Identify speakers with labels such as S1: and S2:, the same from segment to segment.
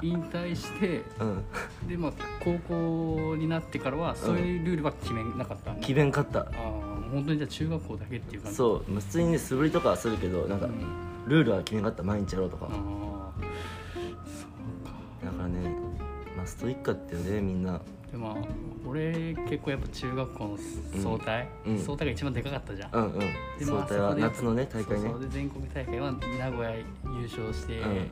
S1: 退して
S2: うん
S1: でまあ高校になってからはそういうルールは決めなかったんで、
S2: 決めんかった
S1: ああ本当にじゃあ中学校だけっていう感じ
S2: そうまあ普通にね素振りとかはするけどなんか
S1: ん
S2: ルールは決めんかった毎日やろうとか
S1: ああそうか
S2: だからねまあストイックやってよねみんな
S1: でまあ俺結構やっぱ中学校の総体、
S2: うん
S1: 総体が一番でかかったじゃん、
S2: うんうん
S1: で
S2: 総
S1: まあ
S2: 体は
S1: そこでやっぱ
S2: 夏のね大会
S1: そ
S2: ね
S1: うそうで全国大会は名古屋優勝して、
S2: うん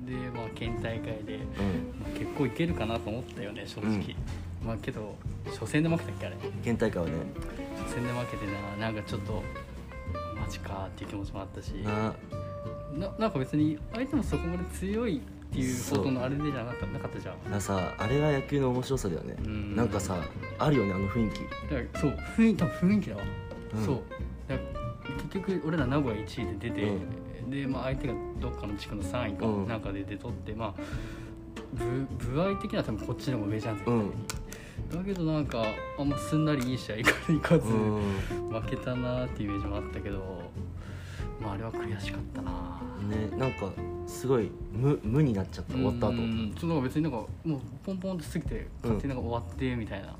S1: でまあ県大会で
S2: うん
S1: 結構いけるかなと思ったよね正直、まあけど初戦で負けたっけあれ
S2: 県大会はね
S1: 初戦で負けてななんかちょっとマジかっていう気持ちもあったしな
S2: な
S1: なんか別に相手もそこまで強いっていうほどのあれでじゃなかったなかったじゃん
S2: なさあれが野球の面白さだよね
S1: うん
S2: なんかさあるよねあの雰囲気
S1: だからそう雰囲気多分雰囲気だわ、
S2: うん
S1: そうだから結局俺ら名古屋1位で出て、で、まあ、相手がどっかの地区の3位か
S2: うん
S1: なんかで出とって、まあぶ部合的には多分こっちの方が上じゃん絶対に、
S2: うん
S1: だけどなんかあんますんなりいい試合いかいかず、
S2: う
S1: 負けたなーっていうイメージもあったけどまああれは悔しかったなー
S2: んねなんかすごい無無になっちゃった終わった
S1: う
S2: 後
S1: んそのなんか別になんかもうポンポンって過ぎて勝手になんか終わってみたいな、っ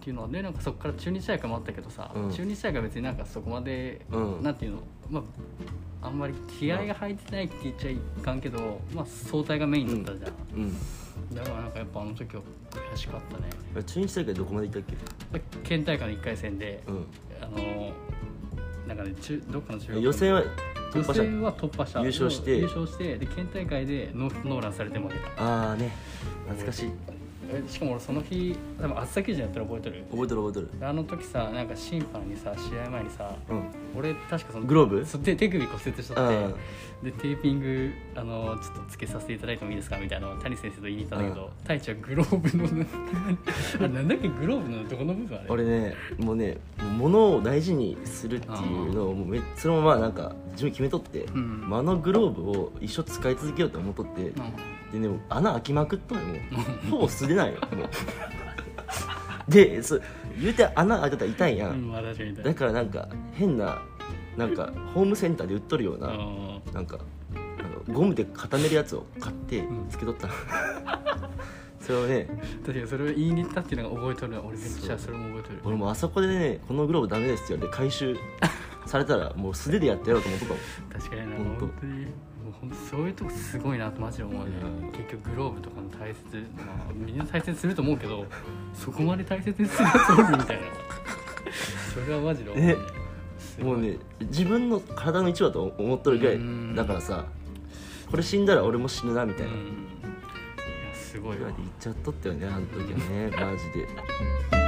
S1: ていうのでなんかそこから中日大会もあったけどさ、
S2: うん
S1: 中日大会は別になんかそこまで、
S2: うん
S1: なんていうのまああんまり気合が入ってないって言っちゃいかんけど、まあ、総体がメインだったじゃん、
S2: うん
S1: だからなんかやっぱあの時は悔しかったね
S2: 中日大会どこまで行ったっ
S1: 県大会の1回戦で、
S2: け、うん
S1: あのーなんかね中どっかの中学校の
S2: 予選は突
S1: 予
S2: 破した
S1: 選は突破した
S2: 優勝して
S1: 優勝してで県大会でノーノーランされて負けた
S2: ああね懐かしい
S1: えしかも俺その日多分暑さ基準やったら覚えてる
S2: 覚えてる覚えてる
S1: あの時さなんか審判にさ試合前にさ
S2: うん
S1: 俺確かその
S2: グローブ
S1: そ手手首骨折しとって、
S2: うん
S1: でテーピングあのちょっとつけさせていただいてもいいですかみたいなのを谷先生と言いに行ったんだけど、太一はグローブの あれなんだっけグローブのどこの部分あれ
S2: 俺ねもうね物を大事にするっていうのをもうめそのままなんか自分決めとって、
S1: ん
S2: もうあのグローブを一生使い続けようと思っとって、でねもう穴開きまくっともうほぼ素手ないよもうでそう言うて穴開けたら痛いや、
S1: うんん、うん、まあ確かに
S2: だからなんか変ななんかホームセンターで売っとるような、
S1: うん
S2: なんかあのゴムで固めるやつを買って
S1: ん
S2: つけとった、 それをね
S1: 確かにそれを言いに行ったっていうのが覚えとるな俺めっちゃそれも覚えとる
S2: 俺もうあそこでねこのグローブダメですって言われて回収されたらもう素手でやってやろうと思ってたもん
S1: 確かにな
S2: ほんと
S1: 本当にもうほんとそういうとこすごいなとマジで思うね、
S2: うん
S1: 結局グローブとかの大切、まあ、みんな大切にすると思うけどそこまで大切にするやつおるみたい なそれはマジで思うね
S2: ねもうね自分の体の一部だと思っとるぐら
S1: うん
S2: いだからさこれ死んだら俺も死ぬなみ
S1: う
S2: たい
S1: ん
S2: な、
S1: いやすごい
S2: ぐら
S1: わ
S2: いで言っちゃっとったよねあの時はねマジで